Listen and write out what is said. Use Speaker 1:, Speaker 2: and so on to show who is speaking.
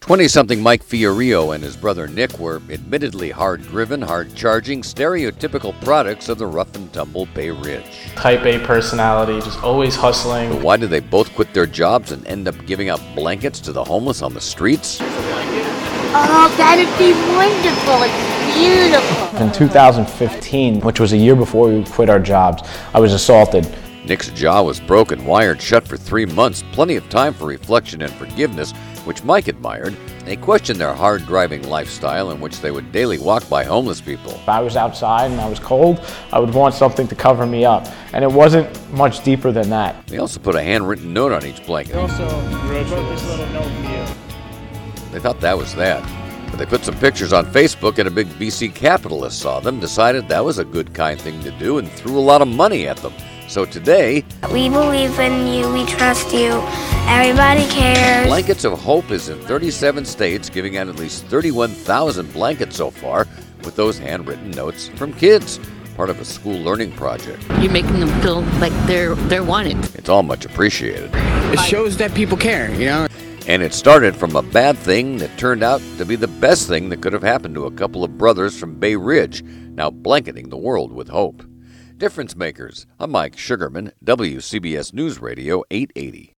Speaker 1: 20 something Mike Fiorio and his brother Nick were admittedly hard driven, hard charging, stereotypical products of the rough and tumble Bay Ridge.
Speaker 2: Type A personality, just always
Speaker 1: But
Speaker 2: hustling.
Speaker 1: why did they both quit their jobs and end up giving out blankets to the homeless on the streets?
Speaker 3: Oh, that'd be wonderful. It's beautiful.
Speaker 4: In 2015, which was a year before we quit our jobs, I was assaulted.
Speaker 1: Nick's jaw was broken, wired shut for three months, plenty of time for reflection and forgiveness, which Mike admired. They questioned their hard driving lifestyle in which they would daily walk by homeless people.
Speaker 4: If I was outside and I was cold, I would want something to cover me up. And it wasn't much deeper than that.
Speaker 1: They also put a handwritten note on each blanket.
Speaker 5: also wrote this little note for you.
Speaker 1: They thought that was that. But they put some pictures on Facebook and a big VC capitalist saw them, decided that was a good kind thing to do, and threw a lot of money at them. So today,
Speaker 6: We believe in you. We trust you. Everybody cares.
Speaker 1: Blankets of Hope is in 37 states, giving out at least 31,000 blankets so far, with those handwritten notes from kids, part of a school learning project.
Speaker 7: You're making them feel like they're they're wanted.
Speaker 1: It's all much appreciated.
Speaker 5: It shows that people care, you know?
Speaker 1: And it started from a bad thing that turned out to be the best thing that could have happened to a couple of brothers from Bay Ridge, now blanketing the world with hope. Difference Makers. I'm Mike Sugarman, WCBS News Radio 880.